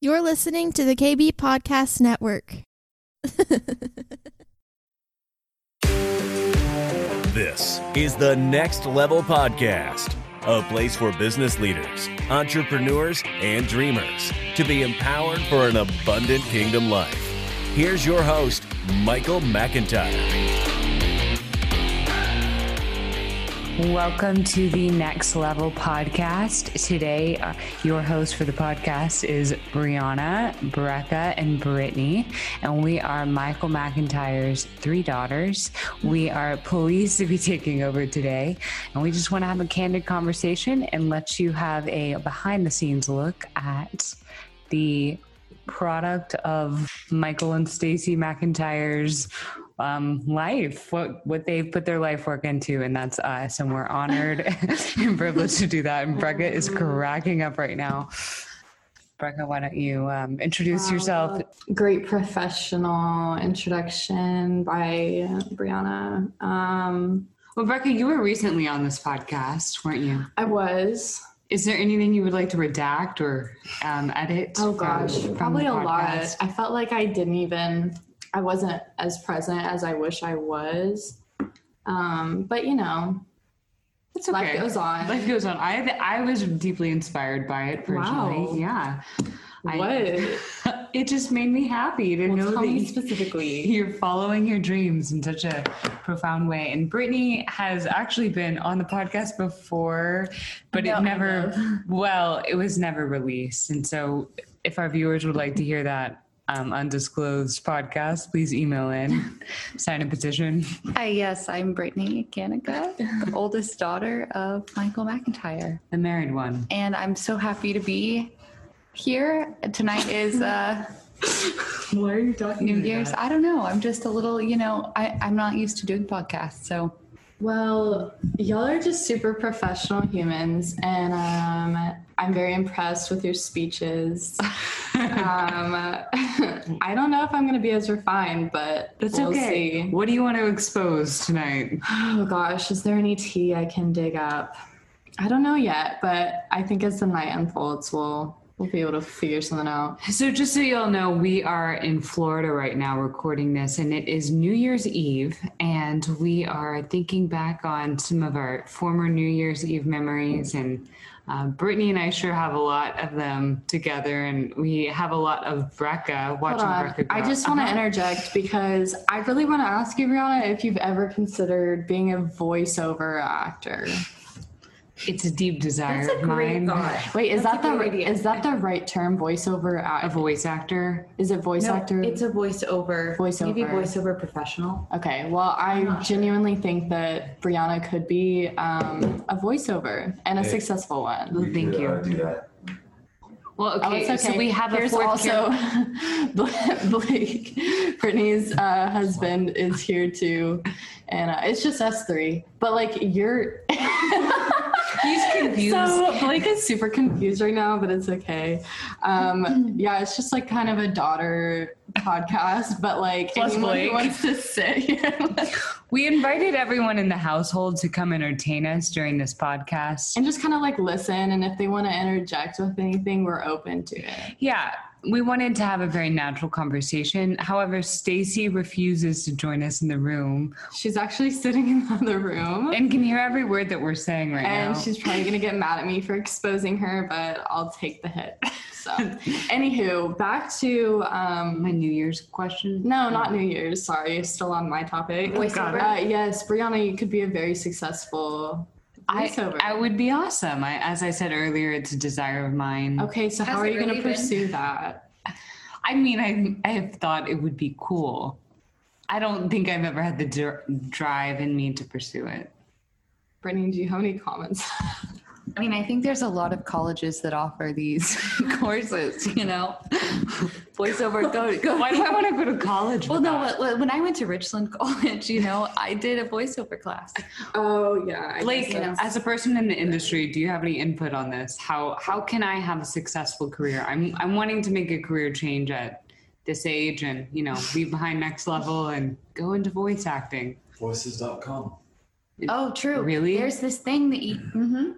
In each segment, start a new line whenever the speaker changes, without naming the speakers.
You're listening to the KB Podcast Network.
This is the Next Level Podcast, a place for business leaders, entrepreneurs, and dreamers to be empowered for an abundant kingdom life. Here's your host, Michael McIntyre.
Welcome to the Next Level Podcast. Today, uh, your host for the podcast is Brianna, Brecca, and Brittany. And we are Michael McIntyre's three daughters. We are pleased to be taking over today. And we just want to have a candid conversation and let you have a behind the scenes look at the product of Michael and Stacy McIntyre's um, life, what what they've put their life work into, and that's us. And we're honored and privileged to do that. And Brecca is cracking up right now. Brecca, why don't you um, introduce yourself?
Great professional introduction by Brianna. Um,
Well, Brecca, you were recently on this podcast, weren't you?
I was.
Is there anything you would like to redact or um, edit?
Oh
from-
gosh,
from
probably
the
a lot.
podcast?
I felt like I didn't even. I wasn't as present as I wish I was. Um, but you know,
It's
Life
okay.
goes on.
Life goes on. I I was deeply inspired by it personally.
Wow.
Yeah.
What?
I, it just made me happy to
Well,
know
tell
that
me
you-
specifically.
you're following your dreams in such a profound way. And Brittany has actually been on the podcast before, but
No,
it
I
never, well, it was never released. And so if our viewers would like to hear that um, undisclosed podcast, please email in, sign a petition.
Hi, yes, I'm Brittany Ganica, the oldest daughter of Michael McIntyre.
The married one.
And I'm so happy to be here. Tonight is uh,
Why are you talking
New Year's. I don't know. I'm just a little, you know, I, I'm not used to doing podcasts. So
Well, y'all are just super professional humans, and um, I'm very impressed with your speeches. um, I don't know if I'm going to be as refined, but
That's
we'll
okay.
see.
What do you want to expose tonight?
Oh gosh, is there any tea I can dig up? I don't know yet, but I think as the night unfolds, we'll we'll be able to figure something out.
So, just so you all know, we are in Florida right now recording this, and it is New Year's Eve. And we are thinking back on some of our former New Year's Eve memories. And uh, Brittany and I sure have a lot of them together. And we have a lot of Brecca
Hold
watching
on.
Brecca.
I
grow-
just want to
Uh-huh.
interject because I really want to ask you, Brianna, if you've ever considered being a voiceover actor.
It's a deep desire of mine.
Wait, is that the is that the right term? Voiceover
A
act?
voice actor.
Is it voice
No,
actor?
It's a voiceover. Maybe
Voiceover.
voiceover professional.
Okay, well, I genuinely think that Brianna could be um, a voiceover and a
Hey.
successful one.
We
Thank
could,
you.
uh, do that.
Well,
Oh,
okay.
it's okay.
So, we have
Here's
a fourth
also
character-
Blake, Brittany's uh, husband is here too, and uh, it's just us three. But like you're,
He's confused.
so Blake is super confused right now, but it's okay. Um, yeah, it's just like kind of a daughter podcast, but like
Plus
anyone
Blake.
who wants to sit here, like,
We invited everyone in the household to come entertain us during this podcast.
and just kind of like listen, and if they want to interject with anything, we're open to it.
Yeah, we wanted to have a very natural conversation. However, Stacy refuses to join us in the room
She's actually sitting in the other room.
and can hear every word that we're saying right
and
now.
she's probably gonna get mad at me for exposing her, but I'll take the hit. So, anywho, back to
My
um,
New Year's question.
no, not New Year's. Sorry, still on my topic.
Oh,
Voiceover.
Uh, yes, Brianna, you could be a very successful
I,
voiceover.
I would be awesome. I, as I said earlier, it's a desire of mine.
okay, so how
Has
are
it
you gonna
really been?
pursue that?
I mean, I, I have thought it would be cool. I don't think I've ever had the dr- drive in me to pursue it.
Brittany, do you have any comments?
I mean, I think there's a lot of colleges that offer these courses, you know, voiceover. Go, go.
Why do I want to go to college?
Well,
with
no,
that?
wh- wh- when I went to Richland College, you know, I did a voiceover class.
oh yeah, I
Blake,
guess that's-
as a person in the industry, do you have any input on this? How how can I have a successful career? I'm I'm wanting to make a career change at this age and you know leave behind next level and go into voice acting.
Voices.com.
Oh, true.
Really?
There's this thing that you. hmm
mm-hmm.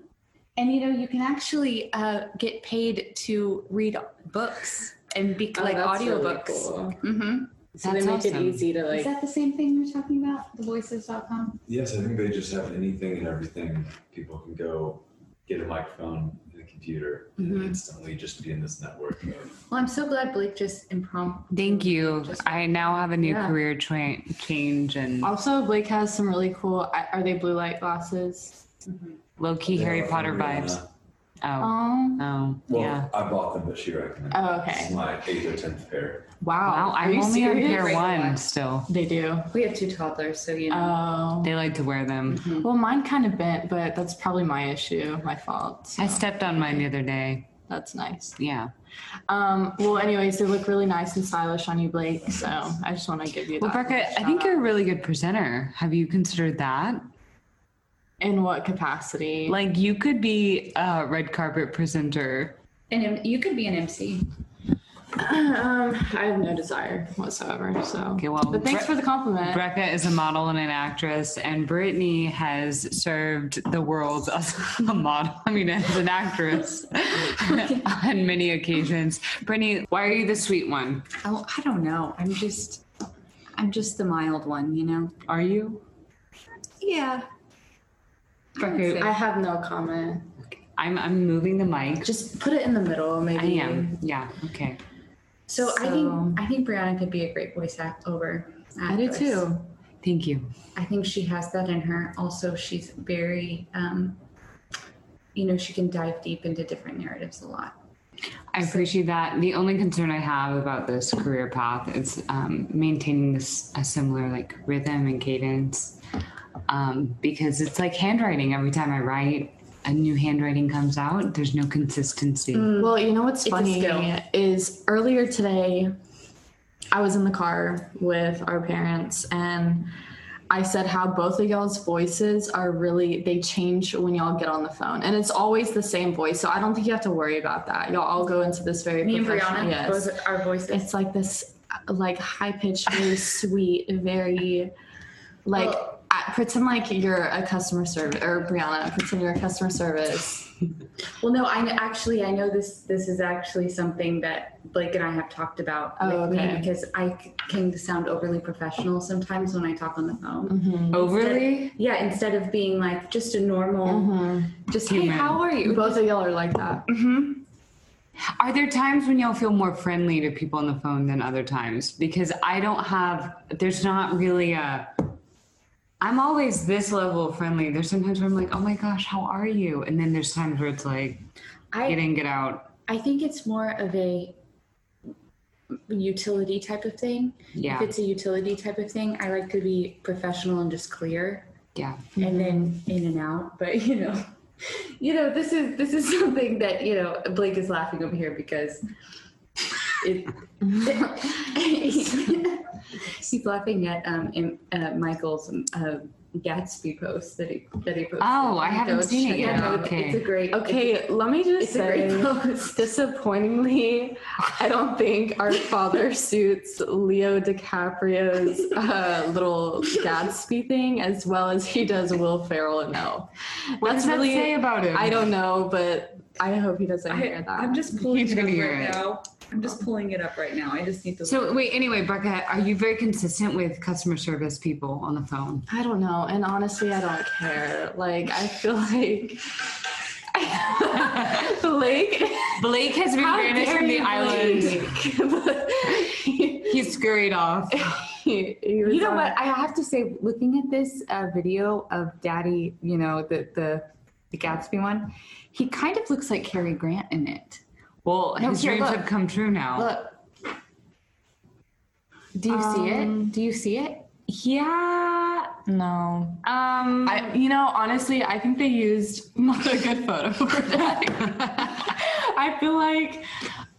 And you know, you can actually uh, get paid to read books and be
Oh,
like
that's really
audiobooks.
cool.
hmm
So they make
That's
it
awesome.
easy to
Is
like.
that the same thing you're talking about? Thevoices.com?
Yes, I think they just have anything and everything. People can go get a microphone and a computer
Mm-hmm.
and instantly just be in this network. Of,
Well, I'm so glad Blake just impromptu.
Thank you. I now have a new
Yeah.
career tra- change and
Also, Blake has some really cool. I- Are they blue light glasses?
low key Harry Potter vibes. Oh,
Oh,
oh,
Well,
yeah.
I bought them, but she recommended.
Oh,
them. This
okay.
is my eighth or tenth pair.
wow.
Wow,
Are
I'm
you
only on
serious?
pair one
Really?
still.
They do.
We have two toddlers, so you know.
Oh.
They like to wear them.
Well, mine kind of bent, but that's probably my issue, my fault. So
I stepped on mine the other day.
that's nice.
Yeah.
Um, well, anyways, they look really nice and stylish on you, Blake. So I just want to give you
Well,
that.
Becca, I
shout
think
out.
you're a really good presenter. Have you considered that?
in what capacity?
Like, you could be a red carpet presenter.
And you could be an MC.
um, I have no desire whatsoever. So,
Okay, well,
but thanks
Bre-
for the compliment.
Brecca is a model and an actress, and Brittany has served the world as a model, I mean, as an actress on many occasions. Brittany, why are you the sweet one?
Oh, I don't know. I'm just, I'm just the mild one, you know?
Are you?
Yeah.
Becca,
I have no comment.
I'm, I'm moving the mic.
Just put it in the middle, maybe.
I am. Yeah. Okay.
So, I
So-
think I think Brianna could be a great voice act over.
I do
actress.
too.
Thank you.
I think she has that in her. Also, she's very, um, you know, she can dive deep into different narratives a lot.
I appreciate that. The only concern I have about this career path is um, maintaining this a similar like rhythm and cadence, um, because it's like handwriting. Every time I write, a new handwriting comes out. There's no consistency.
Well, you know what's
a
funny
skill.
is earlier today, I was in the car with our parents and I said how both of y'all's voices are really they change when y'all get on the phone, and it's always the same voice. So I don't think you have to worry about that. Y'all all go into this very
Me and
professional-
Brianna,
Yes,
both our voices.
it's like this, uh, like high pitched, very sweet, very like.
Well-
I- pretend like you're a customer service or Brianna. Pretend you're a customer service.
Well, no, I actually I know this. This is actually something that Blake and I have talked about
Oh,
with
okay.
me because I c- can sound overly professional sometimes when I talk on the phone.
Overly.
Yeah, instead of being like just a normal, just hey,
Human.
how are you?
Both of y'all are like that.
Are there times when y'all feel more friendly to people on the phone than other times? Because I don't have. There's not really a. I'm always this level of friendly. There's sometimes where I'm like, oh my gosh, how are you? And then there's times where it's like, get
I
in, get out.
I think it's more of a utility type of thing.
Yeah.
If it's a utility type of thing, I like to be professional and just clear,
Yeah.
and then in and out. But you know, you know, this is this is something that you know Blake is laughing over here because it. He's laughing at um, in, uh, Michael's uh, Gatsby post that he that he posted.
Oh, I haven't
Go
seen it
check
yet.
out.
Okay.
It's a great.
Okay, let me just
It's a great
say,
post.
disappointingly, I don't think our father suits Leo DiCaprio's uh, little Gatsby thing as well as he does Will Ferrell and Elle.
What does that say about him?
I don't know, but I hope he doesn't hear that.
I'm just pulling
He's
it up right
gonna hear it.
now. I'm just pulling it up right now. I just need to.
So wait, anyway, Becca, are you very consistent with customer service people on the phone?
I don't know, and honestly, I don't care. Like, I feel like. Blake,
Blake has been
how
banished
dare
from the
you,
island.
Blake?
He scurried off.
He- he was
You know
on-
what? I have to say, looking at this uh, video of Daddy, you know, the, the the Gatsby one, he kind of looks like Cary Grant in it.
Well,
No,
his
here,
dreams
look.
have come true now.
Look. Do you see it? Do you see it?
Yeah.
no.
Um.
I, you know, honestly, I think they used not a good photo for that. I feel like,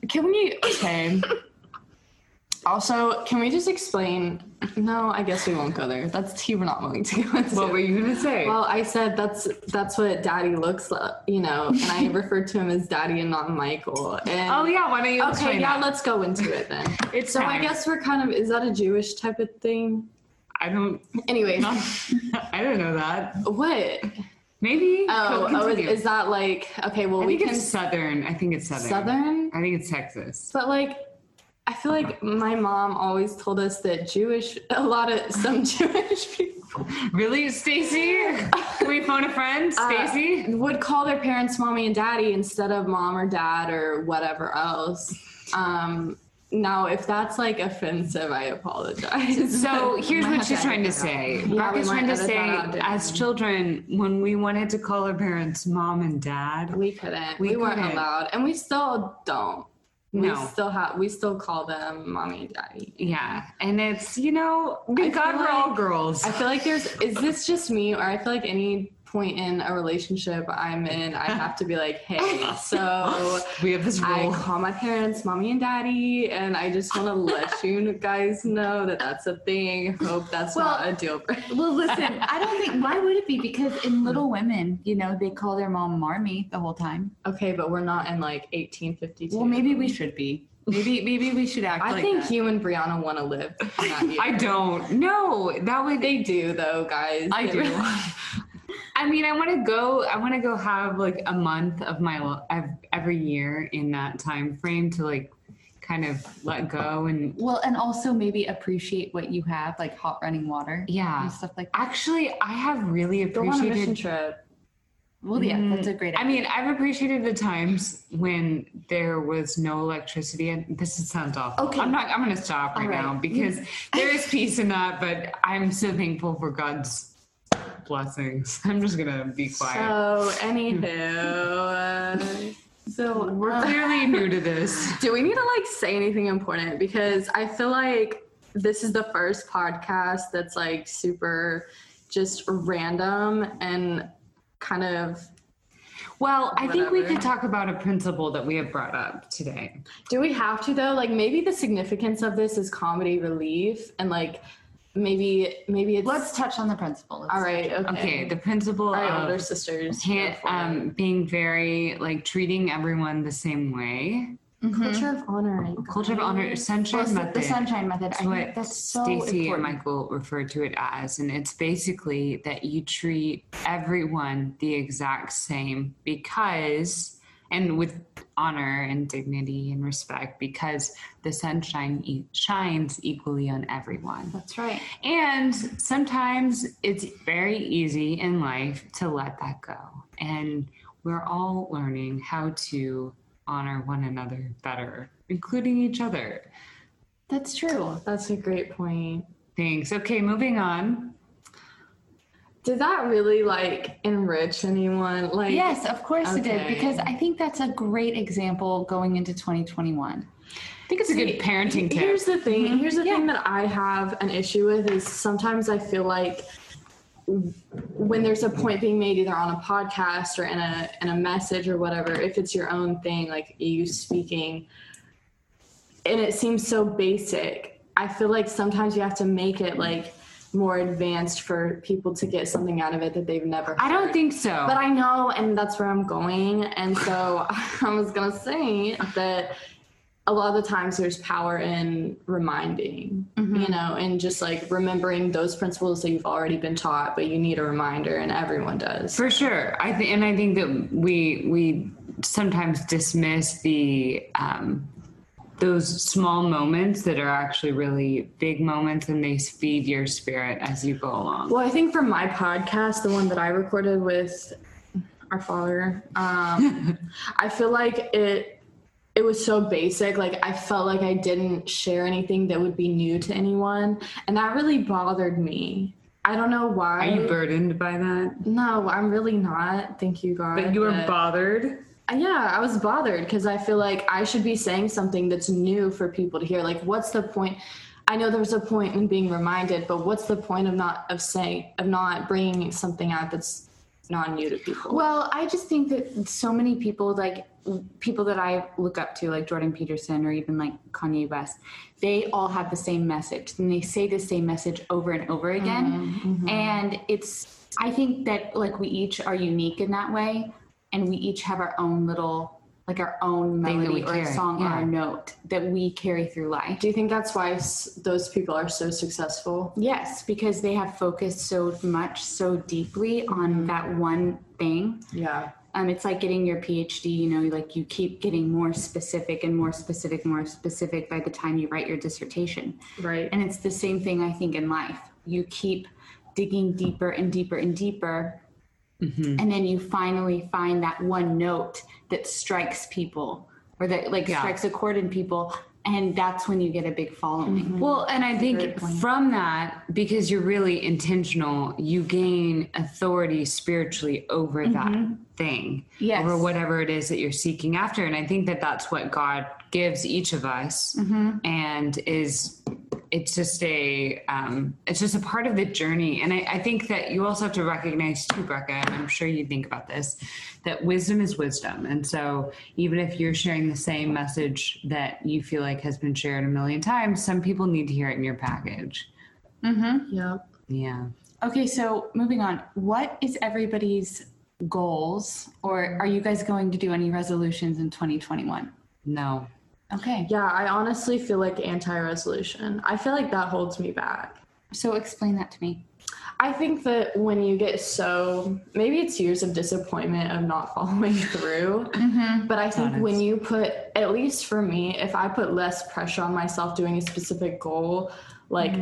can we? Okay. Also, can we just explain? No, I guess we won't go there. That's tea we're not willing to go into.
what were you gonna say?
Well, I said that's that's what Daddy looks like, you know, and I referred to him as Daddy and not Michael. And
oh yeah. Why don't you
Okay,
explain
yeah,
that?
let's go into it then.
It's
so
time.
I guess we're kind of is that a Jewish type of thing?
I don't.
Anyway,
I don't know that.
what?
Maybe. Co-
Oh, oh is,
continue.
is that like okay? Well,
I
we
think
can
it's southern. I think it's southern.
southern,
I think it's Texas.
but like. I feel like my mom always told us that Jewish, a lot of some Jewish people
Really, Stacy? Can we phone a friend,
Uh,
Stacy?
would call their parents mommy and daddy instead of mom or dad or whatever else. Um, now, if that's like offensive, I apologize.
So here's
might
what
have
she's
to
trying to
edit that
say.
we
Brock is
might
trying to
edit that
say,
out, didn't
as
we?
children, when we wanted to call our parents mom and dad,
we couldn't.
We
We, weren't
couldn't.
allowed, and we still don't. We
No.
still have. We still call them mommy and daddy.
yeah, and it's you know, good
feel
God, we're all
like-
girls.
I feel like there's. Is this just me, or I feel like any point in a relationship I'm in, I have to be like, hey, so.
we have this
I
rule.
call my parents mommy and daddy, and I just want to let you guys know that that's a thing. Hope that's not a deal breaker.
Well, listen, I don't think why would it be? Because in Little Women, you know, they call their mom Marmy the whole time.
Okay, but we're not in like 1852.
Well, maybe we should be. Maybe maybe we should act
I
like
think
that.
you and Brianna want to live. Not you.
I don't. No, that would.
They do though, guys.
I
They
do.
really-
I mean, I want to go. I want to go have like a month of my li- ev- every year in that time frame to like kind of let go and
well, and also maybe appreciate what you have, like hot running water
yeah.
and stuff like that.
Actually, I have really
Go on a mission
appreciated
trip.
Well, yeah, that's a great.
I mean, I've appreciated the times when there was no electricity. And this sounds awful.
Okay.
I'm not. I'm going to stop right,
All right.
now because there is peace in that. But I'm so thankful for God's blessings. I'm just going to be quiet.
So, anywho, uh, so
We're clearly new to this.
do we need to like say anything important? Because I feel like this is the first podcast that's like super just random and kind of
Well, I think we
Whatever.
could talk about a principle that we have brought up today.
Do we have to though? Like maybe the significance of this is comedy relief and like maybe maybe it's
let's touch on the principle.
all right, okay.
Okay, the principle
all right,
of
older sisters.
can't,
go for it.
um, being very like treating everyone the same way.
Mm-hmm.
culture of honor. you
Culture of
guys.
honor,
Well,
sunshine
it's the,
method.
the sunshine method.
That's
I
what
think that's so
Stacey and
important.
Michael refer to it as, and it's basically that you treat everyone the exact same because, and with honor and dignity and respect, because the sunshine e- shines equally on everyone.
That's right.
And sometimes it's very easy in life to let that go. And we're all learning how to honor one another better, including each other.
That's true.
That's a great point.
Thanks. Okay, moving on.
Did that really like enrich anyone? Like
Yes, of course it did
Okay.
because I think that's a great example going into 2021.
I think it's a good parenting tip. Mm-hmm.
Here's the thing. Here's the thing that I have an issue with is sometimes I feel like w- when there's a point being made either on a podcast or in a in a message or whatever, if it's your own thing, like you speaking, and it seems so basic, I feel like sometimes you have to make it like more advanced for people to get something out of it that they've never.
I don't
heard.
think so.
But I know, and that's where I'm going. And so I was gonna say that a lot of the times there's power in reminding, you know, and just like remembering those principles that you've already been taught, but you need a reminder, and everyone does.
For sure, I think, and I think that we we sometimes dismiss the um, those small moments that are actually really big moments, and they feed your spirit as you go along.
Well, I think for my podcast, the one that I recorded with our father, um, I feel like it it was so basic. Like I felt like I didn't share anything that would be new to anyone, and that really bothered me. I don't know
Are
why.
you burdened by that?
no, I'm really not. Thank you, God.
But you were bothered.
Yeah, I was bothered because I feel like I should be saying something that's new for people to hear. Like, what's the point? I know there's a point in being reminded, but what's the point of not of saying of not bringing something out that's not new to people?
Well, I just think that so many people, like people that I look up to, like Jordan Peterson or even like Kanye West, they all have the same message and they say the same message over and over again.
Mm-hmm,
And it's, I think that like we each are unique in that way and we each have our own little, like our own
Thing that
melody
we
or a
carry,
song
yeah.
or a note that we carry through life.
Do you think that's why s- those people are so successful?
Yes, because they have focused so much, so deeply
Mm-hmm.
on that one thing.
Yeah.
Um, it's like getting your PhD, you know, like you keep getting more specific and more specific, more specific by the time you write your dissertation.
Right.
And it's the same thing, I think, in life. You keep digging deeper and deeper and deeper. And then you finally find that one note that strikes people or that like
Yeah.
strikes a chord in people. And that's when you get a big following.
Well, and I
great
think
point.
from that, because you're really intentional, you gain authority spiritually over that
Mm-hmm.
thing,
Yes.
over whatever it is that you're seeking after. And I think that that's what God gives each of us, and is it's just a um, it's just a part of the journey. And I, I think that you also have to recognize too, Becca, and I'm sure you think about this, that wisdom is wisdom. And so even if you're sharing the same message that you feel like has been shared a million times, some people need to hear it in your package. Mm-hmm.
yeah.
Yeah.
Okay, so moving on. What is everybody's goals or are you guys going to do any resolutions in 2021?
No.
Okay.
Yeah, I honestly feel like anti resolution. I feel like that holds me back.
So explain that to me.
I think that when you get so maybe it's years of disappointment of not following through, but I think when you put at least for me, if I put less pressure on myself doing a specific goal, like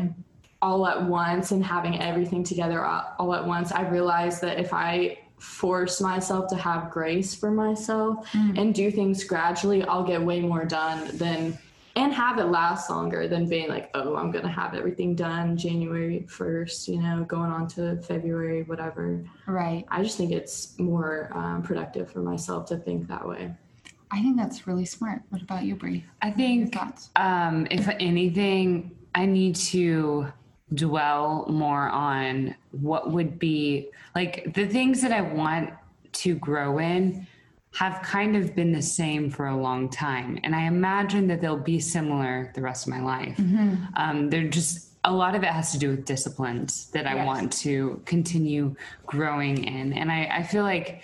all at once and having everything together all all at once, I realized that if I force myself to have grace for myself and do things gradually, I'll get way more done than and have it last longer than being like, oh, I'm gonna have everything done January first, you know, going on to February, whatever.
Right.
I just think it's more um, productive for myself to think that way.
I think that's really smart. What about you, Brie?
I think
thoughts?
um, if anything, I need to dwell more on what would be like the things that I want to grow in have kind of been the same for a long time. And I imagine that they'll be similar the rest of my life. Um, they're just a lot of it has to do with disciplines that I want to continue growing in. And I, I feel like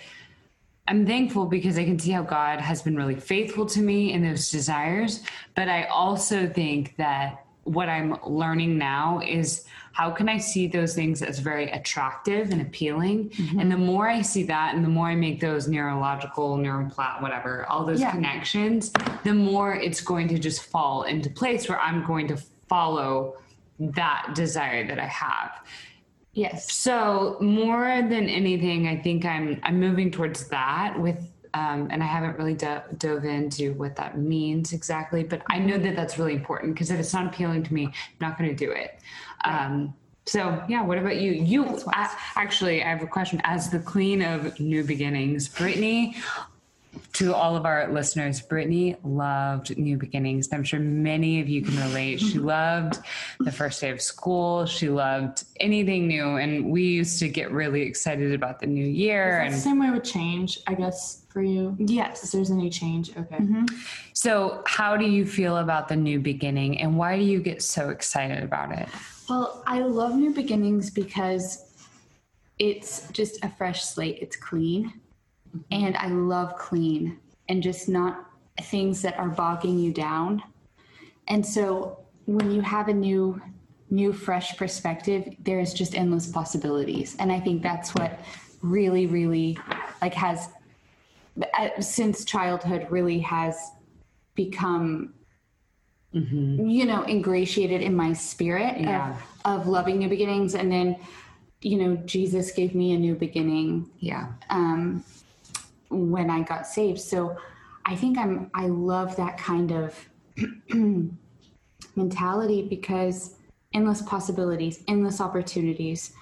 I'm thankful because I can see how God has been really faithful to me in those desires. But I also think that what I'm learning now is how can I see those things as very attractive and appealing? And the more I see that and the more I make those neurological, neuroplat, whatever, all those connections, the more it's going to just fall into place where I'm going to follow that desire that I have.
Yes.
So more than anything, I think I'm I'm moving towards that with, um, and I haven't really do- dove into what that means exactly, but I know that that's really important because if it's not appealing to me, I'm not going to do it. Um, so yeah, what about you? You I, actually, I have a question. As the queen of new beginnings, Brittany, to all of our listeners, Brittany loved New Beginnings. and I'm sure many of you can relate. She loved the first day of school. She loved anything new. And we used to get really excited about the new year.
It's the
And
same way with change, I guess, for you. If
Yes.
there's any change, okay.
so, how do you feel about the new beginning and why do you get so excited about it?
Well, I love new beginnings because it's just a fresh slate. It's clean. And I love clean and just not things that are bogging you down. And so when you have a new new fresh perspective, there's just endless possibilities. And I think that's what really really like has uh, since childhood really has become you know ingratiated in my spirit
Yeah.
of, of loving new beginnings and then you know jesus gave me a new beginning
Yeah.
um, when i got saved so i think i'm i love that kind of mentality because endless possibilities endless opportunities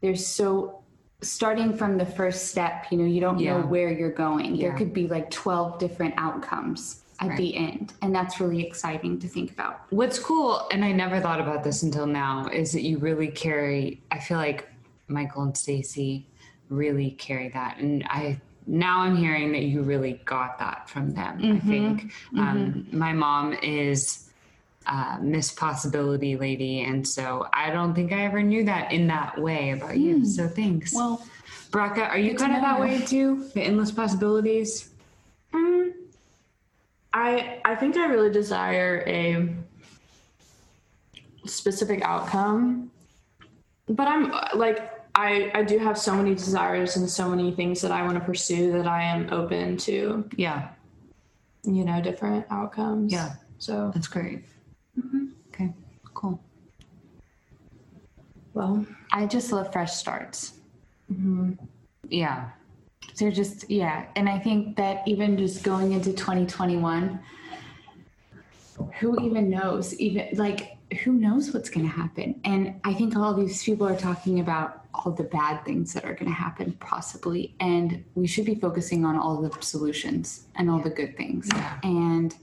there's so starting from the first step you know you don't
Yeah.
know where you're going
Yeah.
there could be like 12 different outcomes at the end and that's really exciting to think about
What's cool, and I never thought about this until now, is that you really carry. I feel like Michael and Stacy really carry that, and I now I'm hearing that you really got that from them.
Mm-hmm.
I think um, my mom is uh, Miss Possibility Lady, and so I don't think I ever knew that in that way about
Hmm.
you. So thanks. Braca, are you kind of that way too? The endless possibilities.
I I think I really desire a specific outcome. But I'm uh, like I I do have so many desires and so many things that I want to pursue that I am open to,
Yeah.
you know, different outcomes.
Yeah.
So,
That's great. Okay. Cool.
well,
I just love fresh starts.
Yeah.
They're just, yeah. And I think that even just going into 2021, who even knows? Even like, who knows what's going to happen? And I think all these people are talking about all the bad things that are going to happen, possibly. And we should be focusing on all the solutions and all the good things. And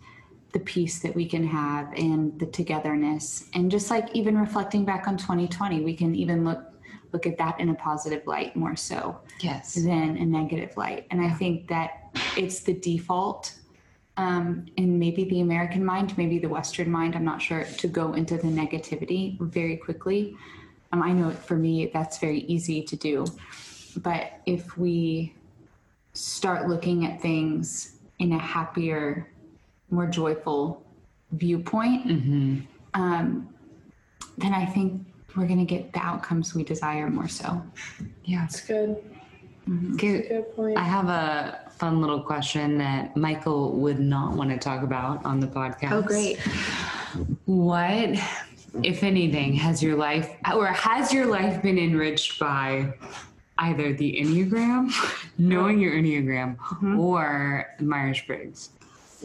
the peace that we can have and the togetherness and just like even reflecting back on 2020 we can even look look at that in a positive light more so
Yes.
than a negative light. And I think that it's the default um, in maybe the American mind, maybe the Western mind, I'm not sure, to go into the negativity very quickly. Um, I know for me, that's very easy to do. But if we start looking at things in a happier, more joyful viewpoint, um, then I think we're going to get the outcomes we desire more so.
Yeah.
it's good.
Okay.
Good point.
I have a fun little question that Michael would not want to talk about on the podcast.
Oh, great.
What, if anything, has your life or has your life been enriched by either the Enneagram, knowing your Enneagram, or Myers Briggs?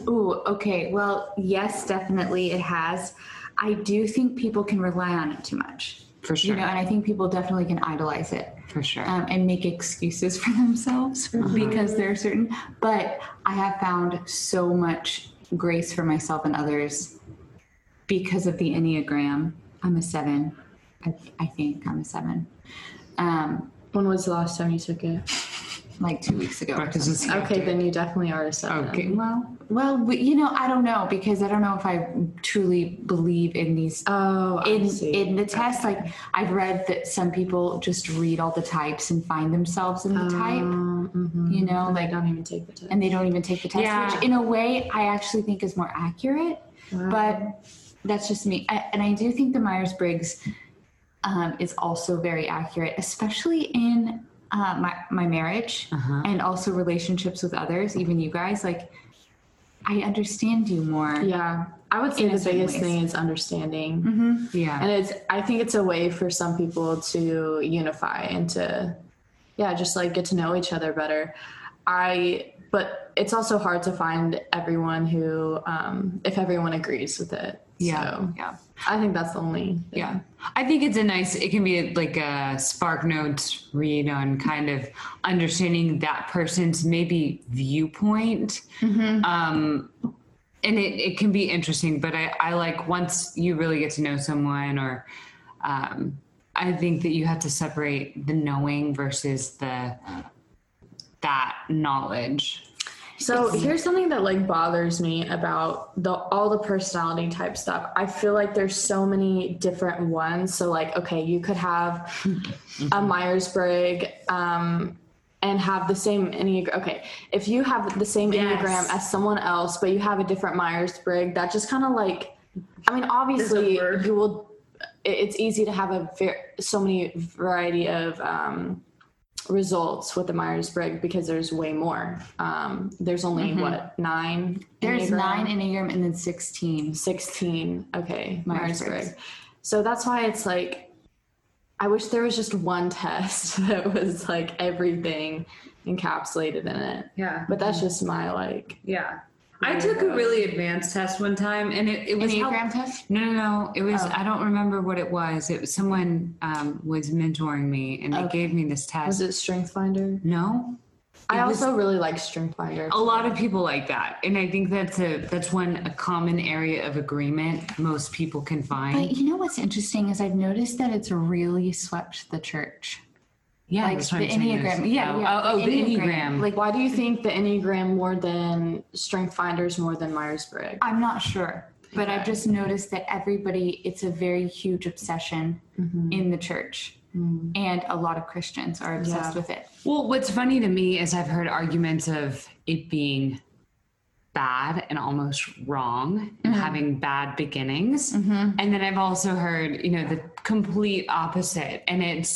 Ooh, okay. Well, yes, definitely it has. I do think people can rely on it too much.
For
You
sure.
know, and I think people definitely can idolize it
for sure.
um, and make excuses for themselves because they're certain. But I have found so much grace for myself and others because of the Enneagram. I'm a seven. I, I think I'm a seven. Um,
when was the last time you took it?
like two weeks ago. or
Because it's-
Okay, then you definitely are a seven.
okay.
Well, well, but, you know, I don't know because I don't know if I truly believe in these
Oh, I
in
see.
in the test. Like I've read that some people just read all the types and find themselves in the type,
Um, mhm.
you know,
And they
like
don't even take the test.
and they don't even take the test,
Yeah.
which in a way I actually think is more accurate. But that's just me, I, and I do think the Myers Briggs um, is also very accurate, especially in uh, my my marriage
Uh-huh.
and also relationships with others, even you guys. Like, I understand you more.
yeah, I would say
In a
the
certain
biggest
ways.
thing is understanding.
yeah.
and it's i think it's a way for some people to unify and to yeah just like get to know each other better i but it's also hard to find everyone who um if everyone agrees with it
Yeah,
so
Yeah.
i think that's the only thing.
Yeah. I think it's a nice, it can be like a spark note read on kind of understanding that person's maybe viewpoint.
Mm-hmm.
Um, and it, it can be interesting, but I, I like once you really get to know someone, or um, I think that you have to separate the knowing versus the that knowledge.
So here's something that like bothers me about the all the personality type stuff. I feel like there's so many different ones. So like, okay, you could have a Myers Briggs um, and have the same enneagram. Okay, if you have the same enneagram as someone else, but you have a different Myers Briggs, that just kind of like, I mean, obviously
word.
you will. it- It's easy to have a ver- so many variety of. Um, results with the Myers Briggs because there's way more. Um, there's only what nine?
Mm-hmm. There's
Enneagram?
nine Enneagram and then 16.
sixteen. Okay, Myers
Myers-Briggs.
Briggs. So that's why it's like, I wish there was just one test that was like everything encapsulated in it.
Yeah.
But that's just my like.
Yeah. I took a really advanced test one time and it, it was help-
Enneagram test?
No, no, no. It
Oh.
was, I don't remember what it was. It was someone um, was mentoring me and they gave me this
Was
test.
it Strength Finder?
no,
I
was-
also really like Strength Finder.
a lot of people like that and i think that's a that's one a common area of agreement most people can find
But you know what's interesting is I've noticed that it's really swept the church.
yeah
like
that's what
the
I'm saying is-
Enneagram. Yeah,
oh, oh,
yeah,
oh,
the
the
Enneagram.
enneagram
Like, why do you think the Enneagram more than Strength Finders more than Myers Briggs?
I'm not sure, but I've just noticed that everybody, it's a very huge obsession in the church. And a lot of Christians are obsessed with it.
well what's funny to me is i've heard arguments of it being bad and almost wrong and having bad beginnings. And then I've also heard, you know, the complete opposite. And it's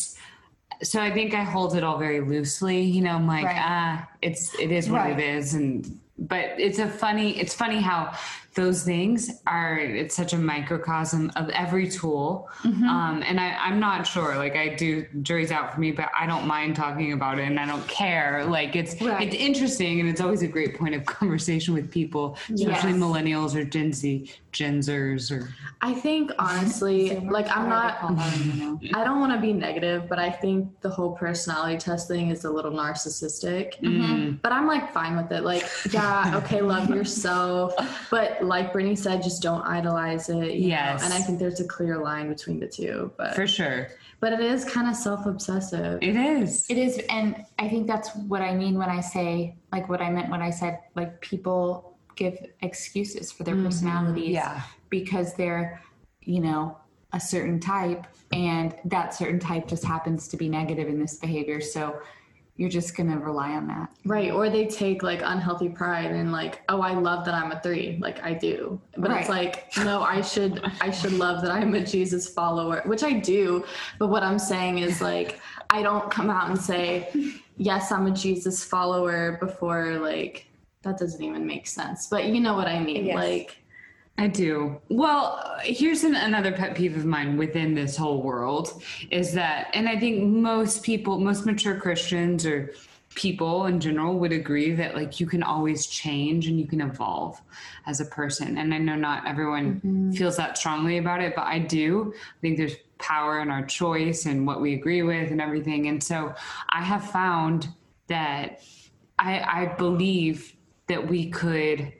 so I think I hold it all very loosely. You know, I'm like,
Right.
ah, it's it is what
Right.
it is. And but it's a funny it's funny how those things are it's such a microcosm of every tool
Mm-hmm.
um, and I, i'm not sure like i do jury's out for me but i don't mind talking about it and i don't care like it's it's interesting and it's always a great point of conversation with people especially
Yes.
millennials or gen z gen zers or
I think honestly, like I'm not, I don't want to be negative, but I think the whole personality test thing is a little narcissistic.
Mm-hmm.
But I'm like fine with it. Like, yeah, okay, love yourself. But like Brittany said, just don't idolize it. you know?
Yes.
And I think there's a clear line between the two. But
for sure
but it is kind of self obsessive.
it is
It is, and I think that's what I mean when I say, like, what I meant when I said, like, people give excuses for their personalities
Yeah.
because they're, you know, a certain type, and that certain type just happens to be negative in this behavior. So you're just going to rely on that.
Right. Or they take like unhealthy pride in like, oh, I love that I'm a three. Like I do. But it's like, no, I should I should love that I'm a Jesus follower, which I do. But what I'm saying is like I don't come out and say, Yes, I'm a Jesus follower before like that doesn't even make sense. But you know what I mean. Like
I do. Well, here's an, another pet peeve of mine within this whole world is that, and I think most people, most mature Christians or people in general would agree that like you can always change and you can evolve as a person. And I know not everyone feels that strongly about it, but I do. I think there's power in our choice and what we agree with and everything. And so I have found that I, I believe that we could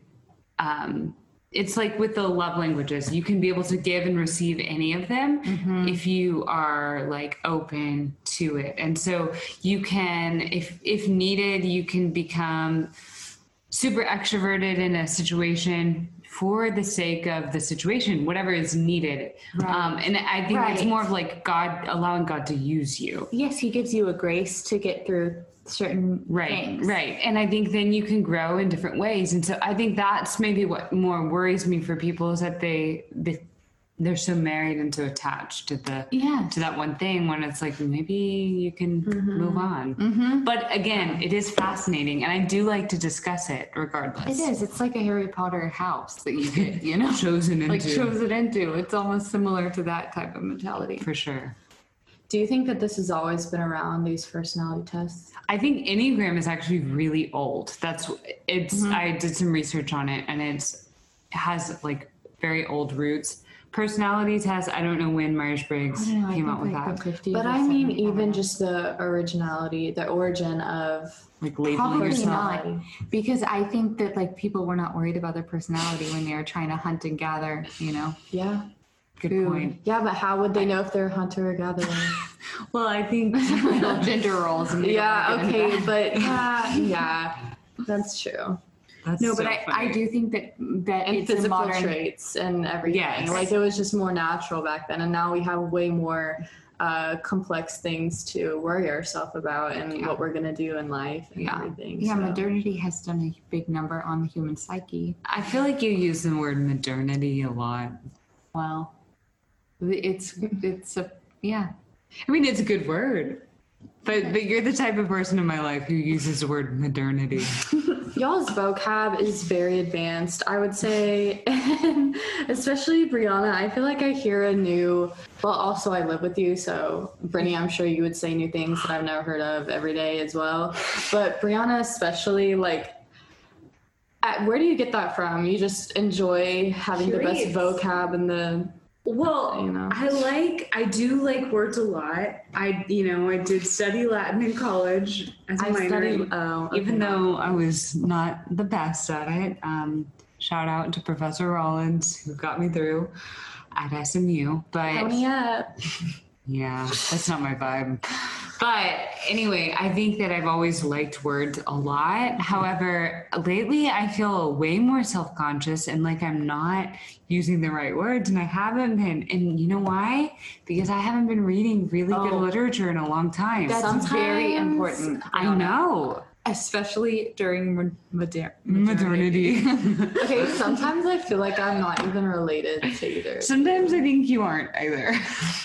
um, it's like with the love languages you can be able to give and receive any of them if you are like open to it and so you can if if needed you can become super extroverted in a situation for the sake of the situation whatever is needed um, and i think it's
Right.
more of like god allowing god to use you
Yes, he gives you a grace to get through certain
right
things.
right and i think then you can grow in different ways and so i think that's maybe what more worries me for people is that they, they they're so married and so attached to the
Yeah.
to that one thing when it's like maybe you can
Mm-hmm.
move on but again it is fascinating and i do like to discuss it
It
regardless
is. It's like a Harry Potter house that you get, you know?
chosen into
like shows it into. It's almost similar to that type of mentality.
for sure
do you think that this has always been around, these personality tests?
I think Enneagram is actually really old. That's it's I did some research on it and it's has like very old roots. Personality test, I don't know when Myers Briggs came out with that.
But I mean even just the originality, the origin of
Like labeling
Probably
yourself.
not, because I think that like people were not worried about their personality when they were trying to hunt and gather. You know,
yeah.
Good point.
Yeah, but how would they know if they're a hunter or gatherer?
Well, I think
Little gender roles. And they don't
yeah,
wanna get
okay,
into that.
but yeah, yeah, that's true.
that's
No,
so
but I,
funny.
I do think that that
And
it's a
physical
modern.
traits and everything.
Yes.
Like it was just more natural back then, and now we have way more uh, complex things to worry ourselves about and what we're gonna do in life and
Yeah.
everything.
Yeah,
so.
modernity has done a big number on the human psyche.
I feel like you use the word modernity a lot.
Well, it's it's a yeah.
I mean it's a good word. But but you're the type of person in my life who uses the word modernity.
Y'all's vocab is very advanced, I would say. Especially Brianna, I feel like I hear a new. Well, also I live with you, so Brittany, I'm sure you would say new things that I've never heard of every day as well. But Brianna, especially, like, at, where do you get that from? You just enjoy having the
Charades.
best vocab and the.
Well,
You know.
I like I do like words a lot. I you know I did study Latin in college as a
I
minor,
study. Oh, okay.
even though I was not the best at it. Um, shout out to Professor Rollins who got me through at SMU. But
Pony up.
yeah, that's not my vibe. But anyway, I think that I've always liked words a lot. However, lately I feel way more self conscious and like I'm not using the right words, and I haven't been. And you know why? Because I haven't
Oh.
been reading really good literature in a long time.
That's very important.
I know.
especially during mo- moder-
Modernity.
Okay, sometimes I feel like I'm not even related to either.
Sometimes I think you aren't either.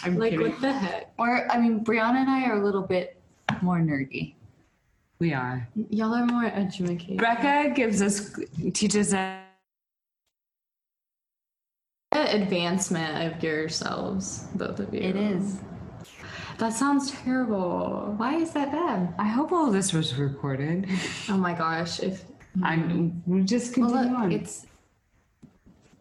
I'm
Like,
kidding.
what the heck?
Or I mean, Brianna and I are a little bit more nerdy.
We are.
Y'all are more educated.
Brecca gives us teaches us
Advancement of yourselves, both of you.
It is.
That sounds terrible.
Why is that bad?
I hope all this was recorded.
Oh my gosh. If
I'm we just continue
Well,
on.
Hmm.
look, it's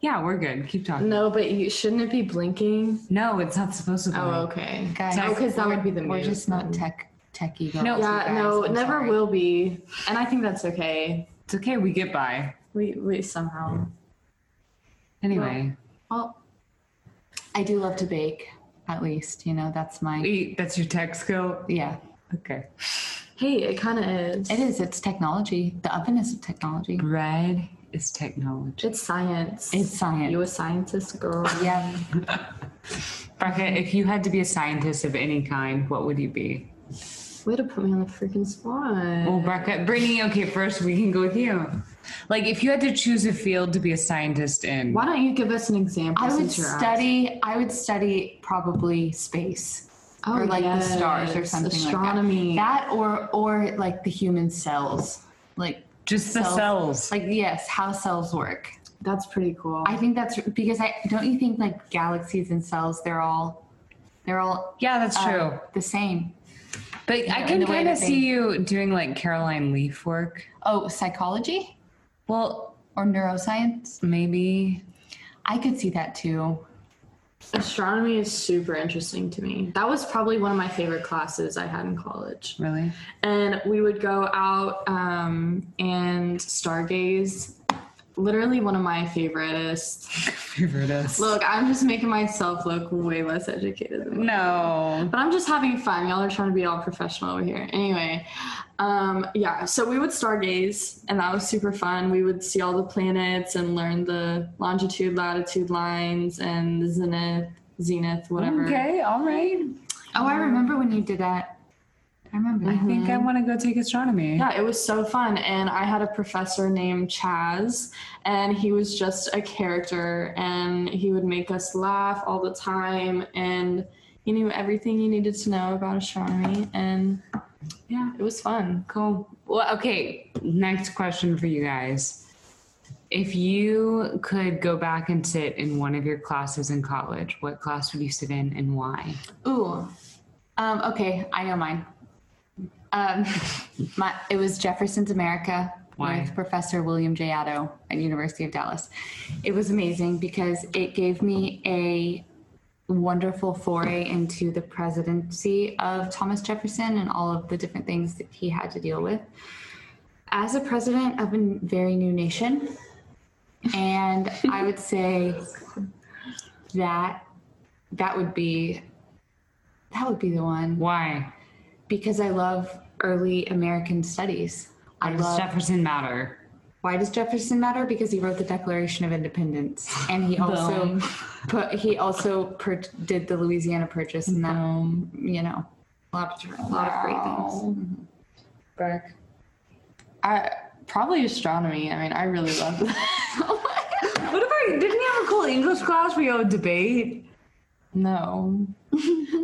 yeah, we're good. Keep talking.
no, but you shouldn't it be blinking?
No, it's not supposed to be.
Oh, okay.
Guys,
Oh, because that would be the
we're
move.
just not tech techie girls.
No.
you
Yeah,
guys.
no,
I'm
never
sorry.
will be. And I think that's okay.
It's okay, we get by.
We we somehow.
Anyway.
well,
I do love to bake, at least. You know, that's my
we- that's your tech skill.
yeah.
Okay.
Hey, it kind of is.
It is. It's technology. The oven is technology.
Mm.
Bread is technology.
It's science.
It's science.
You a scientist girl?
yeah.
Brecca, if you had to be a scientist of any kind, what would you be?
Way to put me on the freaking spot.
Well, Brecca, Brittany, okay, first we can go with you. Like, if you had to choose a field to be a scientist in,
Why don't you give us an example?
I would
since you're out?
study. I would study probably space.
Oh,
or like the stars or
yes,
something
astronomy.
like that. That or or like the human cells, like
just the
cells.
cells.
like yes, how cells work.
That's pretty cool.
I think that's because I don't you think like galaxies and cells they're all they're all
yeah, that's
uh,
true.
the same.
But I
in
can
a way
kind of
that they-
see you doing like Caroline Leaf work.
Oh, psychology
Well,
or neuroscience?
maybe.
I could see that too.
Astronomy is super interesting to me. That was probably one of my favorite classes I had in college.
Really?
And we would go out um, and stargaze. Literally one of my favorites.
Favorite us.
Look, I'm just making myself look way less educated than
No.
But I'm just having fun. Y'all are trying to be all professional over here. Anyway, um, yeah, so we would stargaze, and that was super fun. We would see all the planets and learn the longitude, latitude lines, and the zenith, zenith, whatever.
Okay, all right.
Oh, I remember when you did that. I remember.
I Uh-huh. think I want to go take astronomy.
Yeah, it was so fun. And I had a professor named Chaz, and he was just a character, and he would make us laugh all the time. And he knew everything you needed to know about astronomy. And yeah, it was fun.
Cool. Well, okay. Next question for you guys. If you could go back and sit in one of your classes in college, what class would you sit in and why?
Ooh. Um, okay, I know mine. Um, my, it was Jefferson's America
Why?
with Professor William J. Otto at University of Dallas. It was amazing because it gave me a wonderful foray into the presidency of Thomas Jefferson and all of the different things that he had to deal with as a president of a very new nation. And I would say that that would be that would be the one
Why?
because I love early American studies. I
Why does
love
Jefferson matter?
why does Jefferson matter? Because he wrote the Declaration of Independence, and he also put he also per, did the Louisiana Purchase, and that you know a lot of different- a lot of great things.
Back. I probably astronomy. I mean, I really love that.
What if I didn't you have a cool English class where you had debate?
no,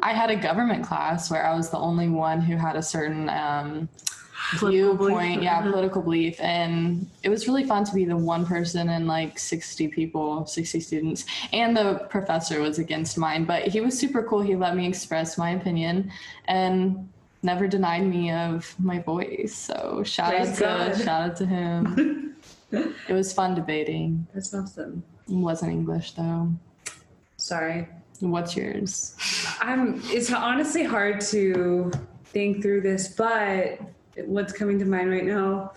I had a government class where I was the only one who had a certain um, viewpoint, yeah, political belief, and it was really fun to be the one person and like sixty people, sixty students, and the professor was against mine, but he was super cool. He let me express my opinion, and. Never denied me of my voice, so shout out to shout out to him. It was fun debating.
that's awesome.
It wasn't English though.
Sorry.
What's yours?
I'm it's honestly hard to think through this, but what's coming to mind right now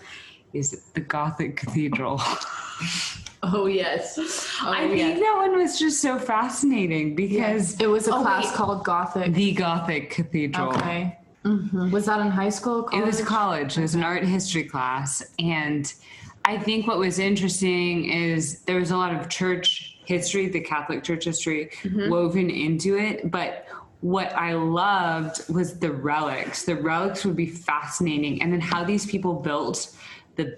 is the Gothic Cathedral.
Oh yes.
I think that one was just so fascinating because
It was a class called Gothic.
the Gothic Cathedral.
Okay. Was that in high school?
It
College?
was college. It was an art history class, and I think what was interesting is there was a lot of church history, the Catholic Church history, woven into it. But what I loved was the relics. The relics would be fascinating. And then how these people built the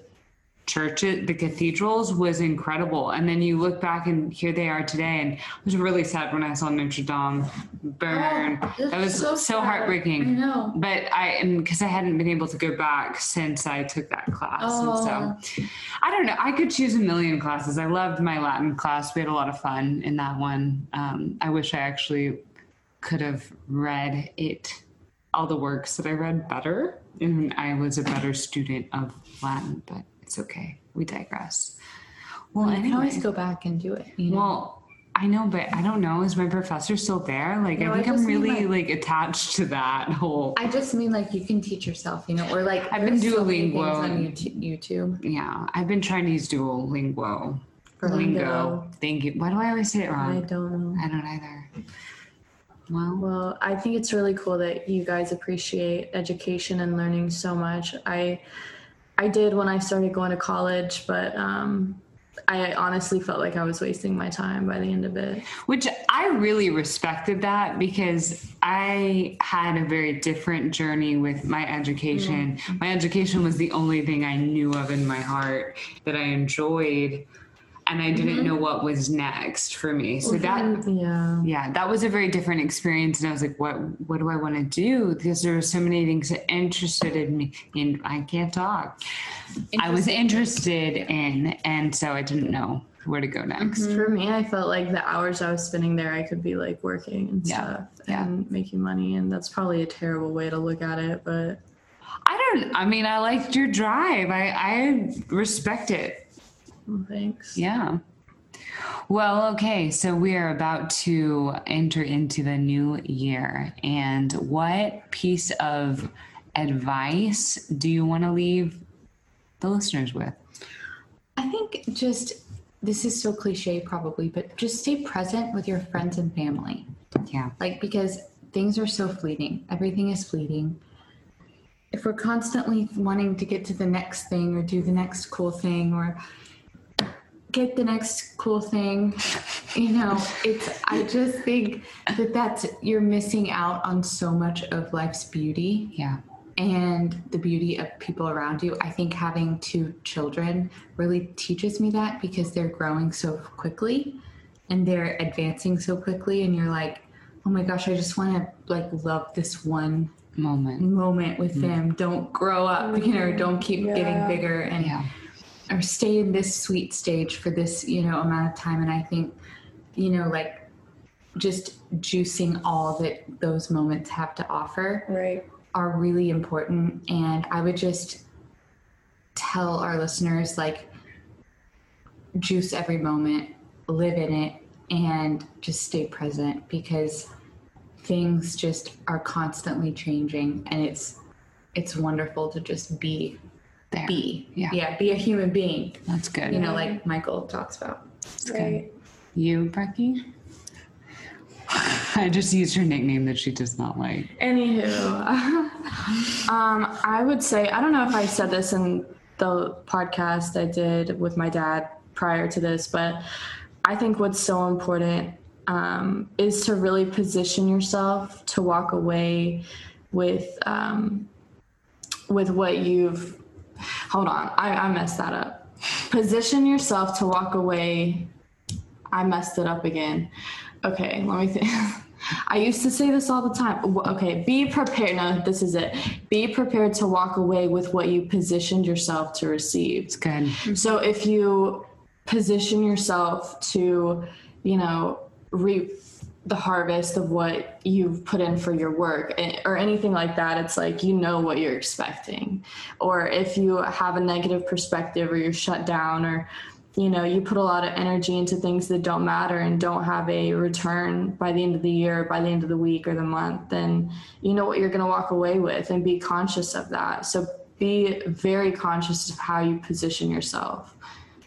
churches, the cathedrals was incredible. And then you look back and here they are today. And I was really sad when I saw Notre Dame burn.
Oh, that's
that was so,
so sad. I
heartbreaking.
know.
But I and because I hadn't been able to go back since I took that class. And so
Oh.
I don't know. I could choose a million classes. I loved my Latin class. We had a lot of fun in that one. Um, I wish I actually could have read it, all the works that I read better. And I was a better student of Latin, but it's okay. We digress. Well,
You can
anyway.
always go back and do it. You know?
Well, I know, but I don't know. Is my professor still there? Like, I
No, I
think I am
just mean,
really
like-
like attached to that whole.
I just mean like you can teach yourself, you know, or like
I've been
there's so many things
Duolingo.
on YouTube, YouTube
yeah, I've been trying to use Duolingo.
for
Lingo.
lingo.
Thank you. Why do I always say it
I
wrong?
don't know.
I don't either. Well,
Well, I think it's really cool that you guys appreciate education and learning so much. I I did when I started going to college, but um I honestly felt like I was wasting my time by the end of it.
which I really respected that because I had a very different journey with my education. My education was the only thing I knew of in my heart that I enjoyed, and I didn't know what was next for me. So that
Yeah.
yeah that was a very different experience and i was like what what do i want to do because there were so many things that interested in me and i can't talk i was interested in and so i didn't know where to go next
For me, I felt like the hours I was spending there, I could be like working and
Yeah,
stuff
yeah.
and making money. And that's probably a terrible way to look at it, but
i don't i mean i liked your drive i i respect it
well, thanks.
yeah well, okay, so we are about to enter into the new year. And what piece of advice do you want to leave the listeners with?
I think just
This is so cliche, probably, but just stay present with your friends and family.
Yeah.
like because things are so fleeting everything is fleeting if we're constantly wanting to get to the next thing or do the next cool thing or get the next cool thing you know it's i just think that that's you're missing out on so much of life's beauty
Yeah.
and the beauty of people around you. I think having two children really teaches me that because they're growing so quickly and they're advancing so quickly and you're like, "Oh my gosh, I just want to like love this one
Moment.
moment with them. Don't grow up, you know, don't keep getting bigger and
Yeah.
or stay in this sweet stage for this, you know, amount of time and I think, you know, like just juicing all that those moments have to offer
right.
are really important and i would just tell our listeners like juice every moment live in it and just stay present because things just are constantly changing and it's it's wonderful to just be
There.
be
Yeah.
yeah be a human being
That's good.
you know like michael talks about
You, Becky? I just used her nickname that she does not like.
Anywho, um, I would say I don't know if I said this in the podcast I did with my dad prior to this, but I think what's so important um, is to really position yourself to walk away with um, with what you've. Hold on, I, I messed that up. Position yourself to walk away. I messed it up again. Okay, let me think. I used to say this all the time. W- Okay, be prepared. No, this is it. Be prepared to walk away with what you positioned yourself to receive.
Good.
So if you position yourself to, you know, reap the harvest of what you've put in for your work eh, or anything like that, it's like you know what you're expecting. Or if you have a negative perspective or you're shut down or you know, you put a lot of energy into things that don't matter and don't have a return by the end of the year, by the end of the week or the month, then you know what you're going to walk away with and be conscious of that. So be very conscious of how you position yourself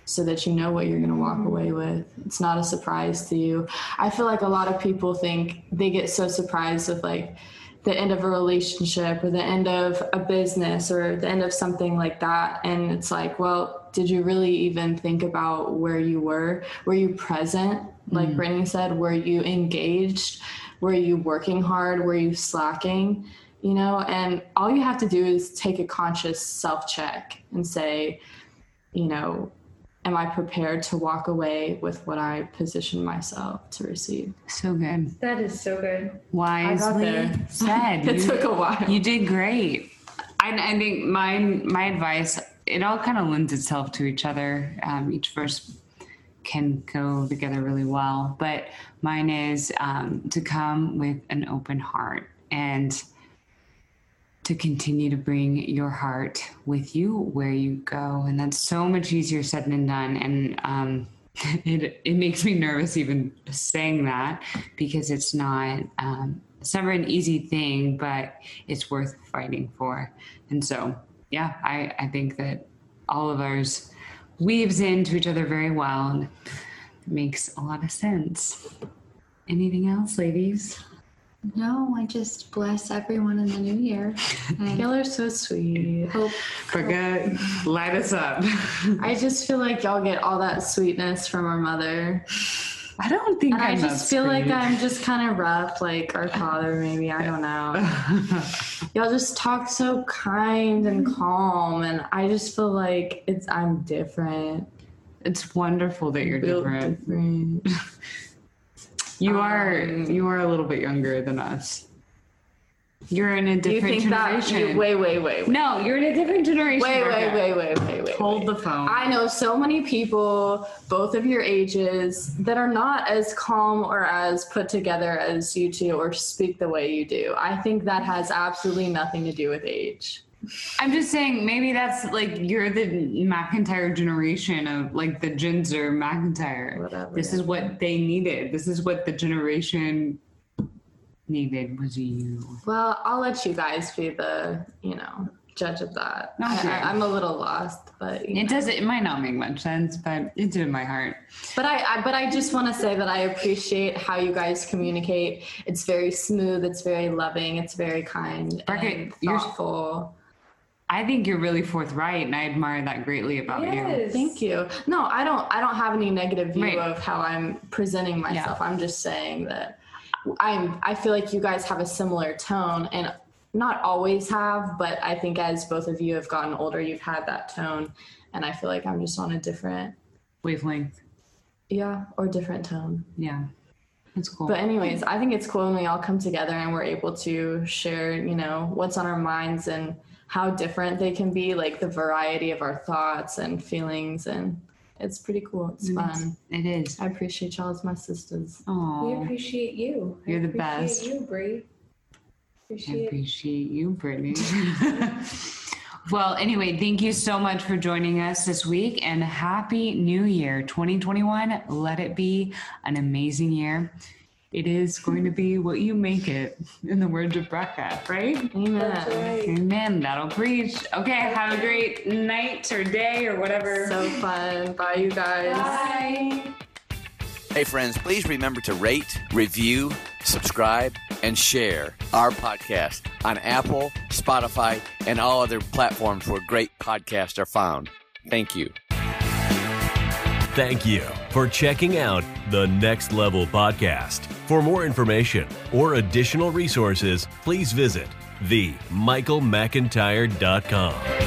so that you know what you're going to walk away with. It's not a surprise to you. I feel like a lot of people think they get so surprised with like the end of a relationship or the end of a business or the end of something like that. And it's like, well, did you really even think about where you were? Were you present? Like Brittany said, were you engaged? were you working hard were you slacking you know and all you have to do is take a conscious self check and say you know am i prepared to walk away with what i positioned myself to receive
So good.
That is so good.
Wisely
there.
said.
it
You-
took a while
You did great. I, I think my my advice it all kind of lends itself to each other. Um, each verse can go together really well, but mine is um, to come with an open heart and to continue to bring your heart with you where you go, and that's so much easier said than done. And um, it it makes me nervous even saying that because it's not um, it's never an easy thing, but it's worth fighting for. And so, yeah, I, I think that all of ours weaves into each other very well and makes a lot of sense. Anything else, ladies?
No, I just bless everyone in the new year.
y'all are so sweet
Hope
Forget, light us up.
i just feel like y'all get all that sweetness from our mother
I don't think
And I
I'm
just feel like I'm just kind of rough, like our father, maybe. I don't know. Y'all just talk so kind and calm, and I just feel like it's I'm different.
It's wonderful that you're
Real
different.
different.
You are
Um,
you are a little bit younger than us. You're in a
Do
different
you think that?
generation.
You, wait, wait, wait, wait,
no, you're in a different generation.
wait, wait,
Rebecca.
wait, wait, wait, wait.
Hold the phone.
I know so many people, both of your ages, that are not as calm or as put together as you two, or speak the way you do. I think that has absolutely nothing to do with age.
I'm just saying, maybe that's like you're the McIntyre generation of like the Gen Z McIntyre.
Whatever.
This is what they needed. This is what the generation needed was you.
Well, I'll let you guys be the, you know, judge of that.
Okay.
I, I, am a little lost, but you
It
know.
does. It might not make much sense, but it's in my heart.
but I, I but I just want to say that I appreciate how you guys communicate. It's very smooth. It's very loving. It's very kind.
Margaret,
and
you're-
thoughtful.
I think you're really forthright, and I admire that greatly about you.
Yes.
Thank you. No, I don't. I don't have any negative view
Right.
of how I'm presenting myself. I'm just saying that I'm. I feel like you guys have a similar tone, and not always have, but I think as both of you have gotten older, you've had that tone, and I feel like I'm just on a different,
Wavelength.
yeah, or different tone.
Yeah, that's cool.
But anyways, I think it's cool when we all come together and we're able to share, you know, what's on our minds and how different they can be, like the variety of our thoughts and feelings and it's pretty cool. It's fun.
it is.
I appreciate y'all as my sisters.
We
Oh,
appreciate you. I
You're the
appreciate
best.
You, Bree.
I
Appreciate
appreciate you, Brittany. well, anyway, thank you so much for joining us this week and happy new year 2021. Let it be an amazing year. It is going to be what you make it, in the words of Brecca, right?
That's
Amen.
right.
Amen. That'll preach. Okay, have a great night or day or whatever.
So fun. Bye you guys.
Hey, friends, please remember to rate, review, subscribe, and share our podcast on Apple, Spotify, and all other platforms where great podcasts are found. Thank you.
Thank you for checking out the Next Level Podcast. For more information or additional resources, please visit themichaelmcintyre.com.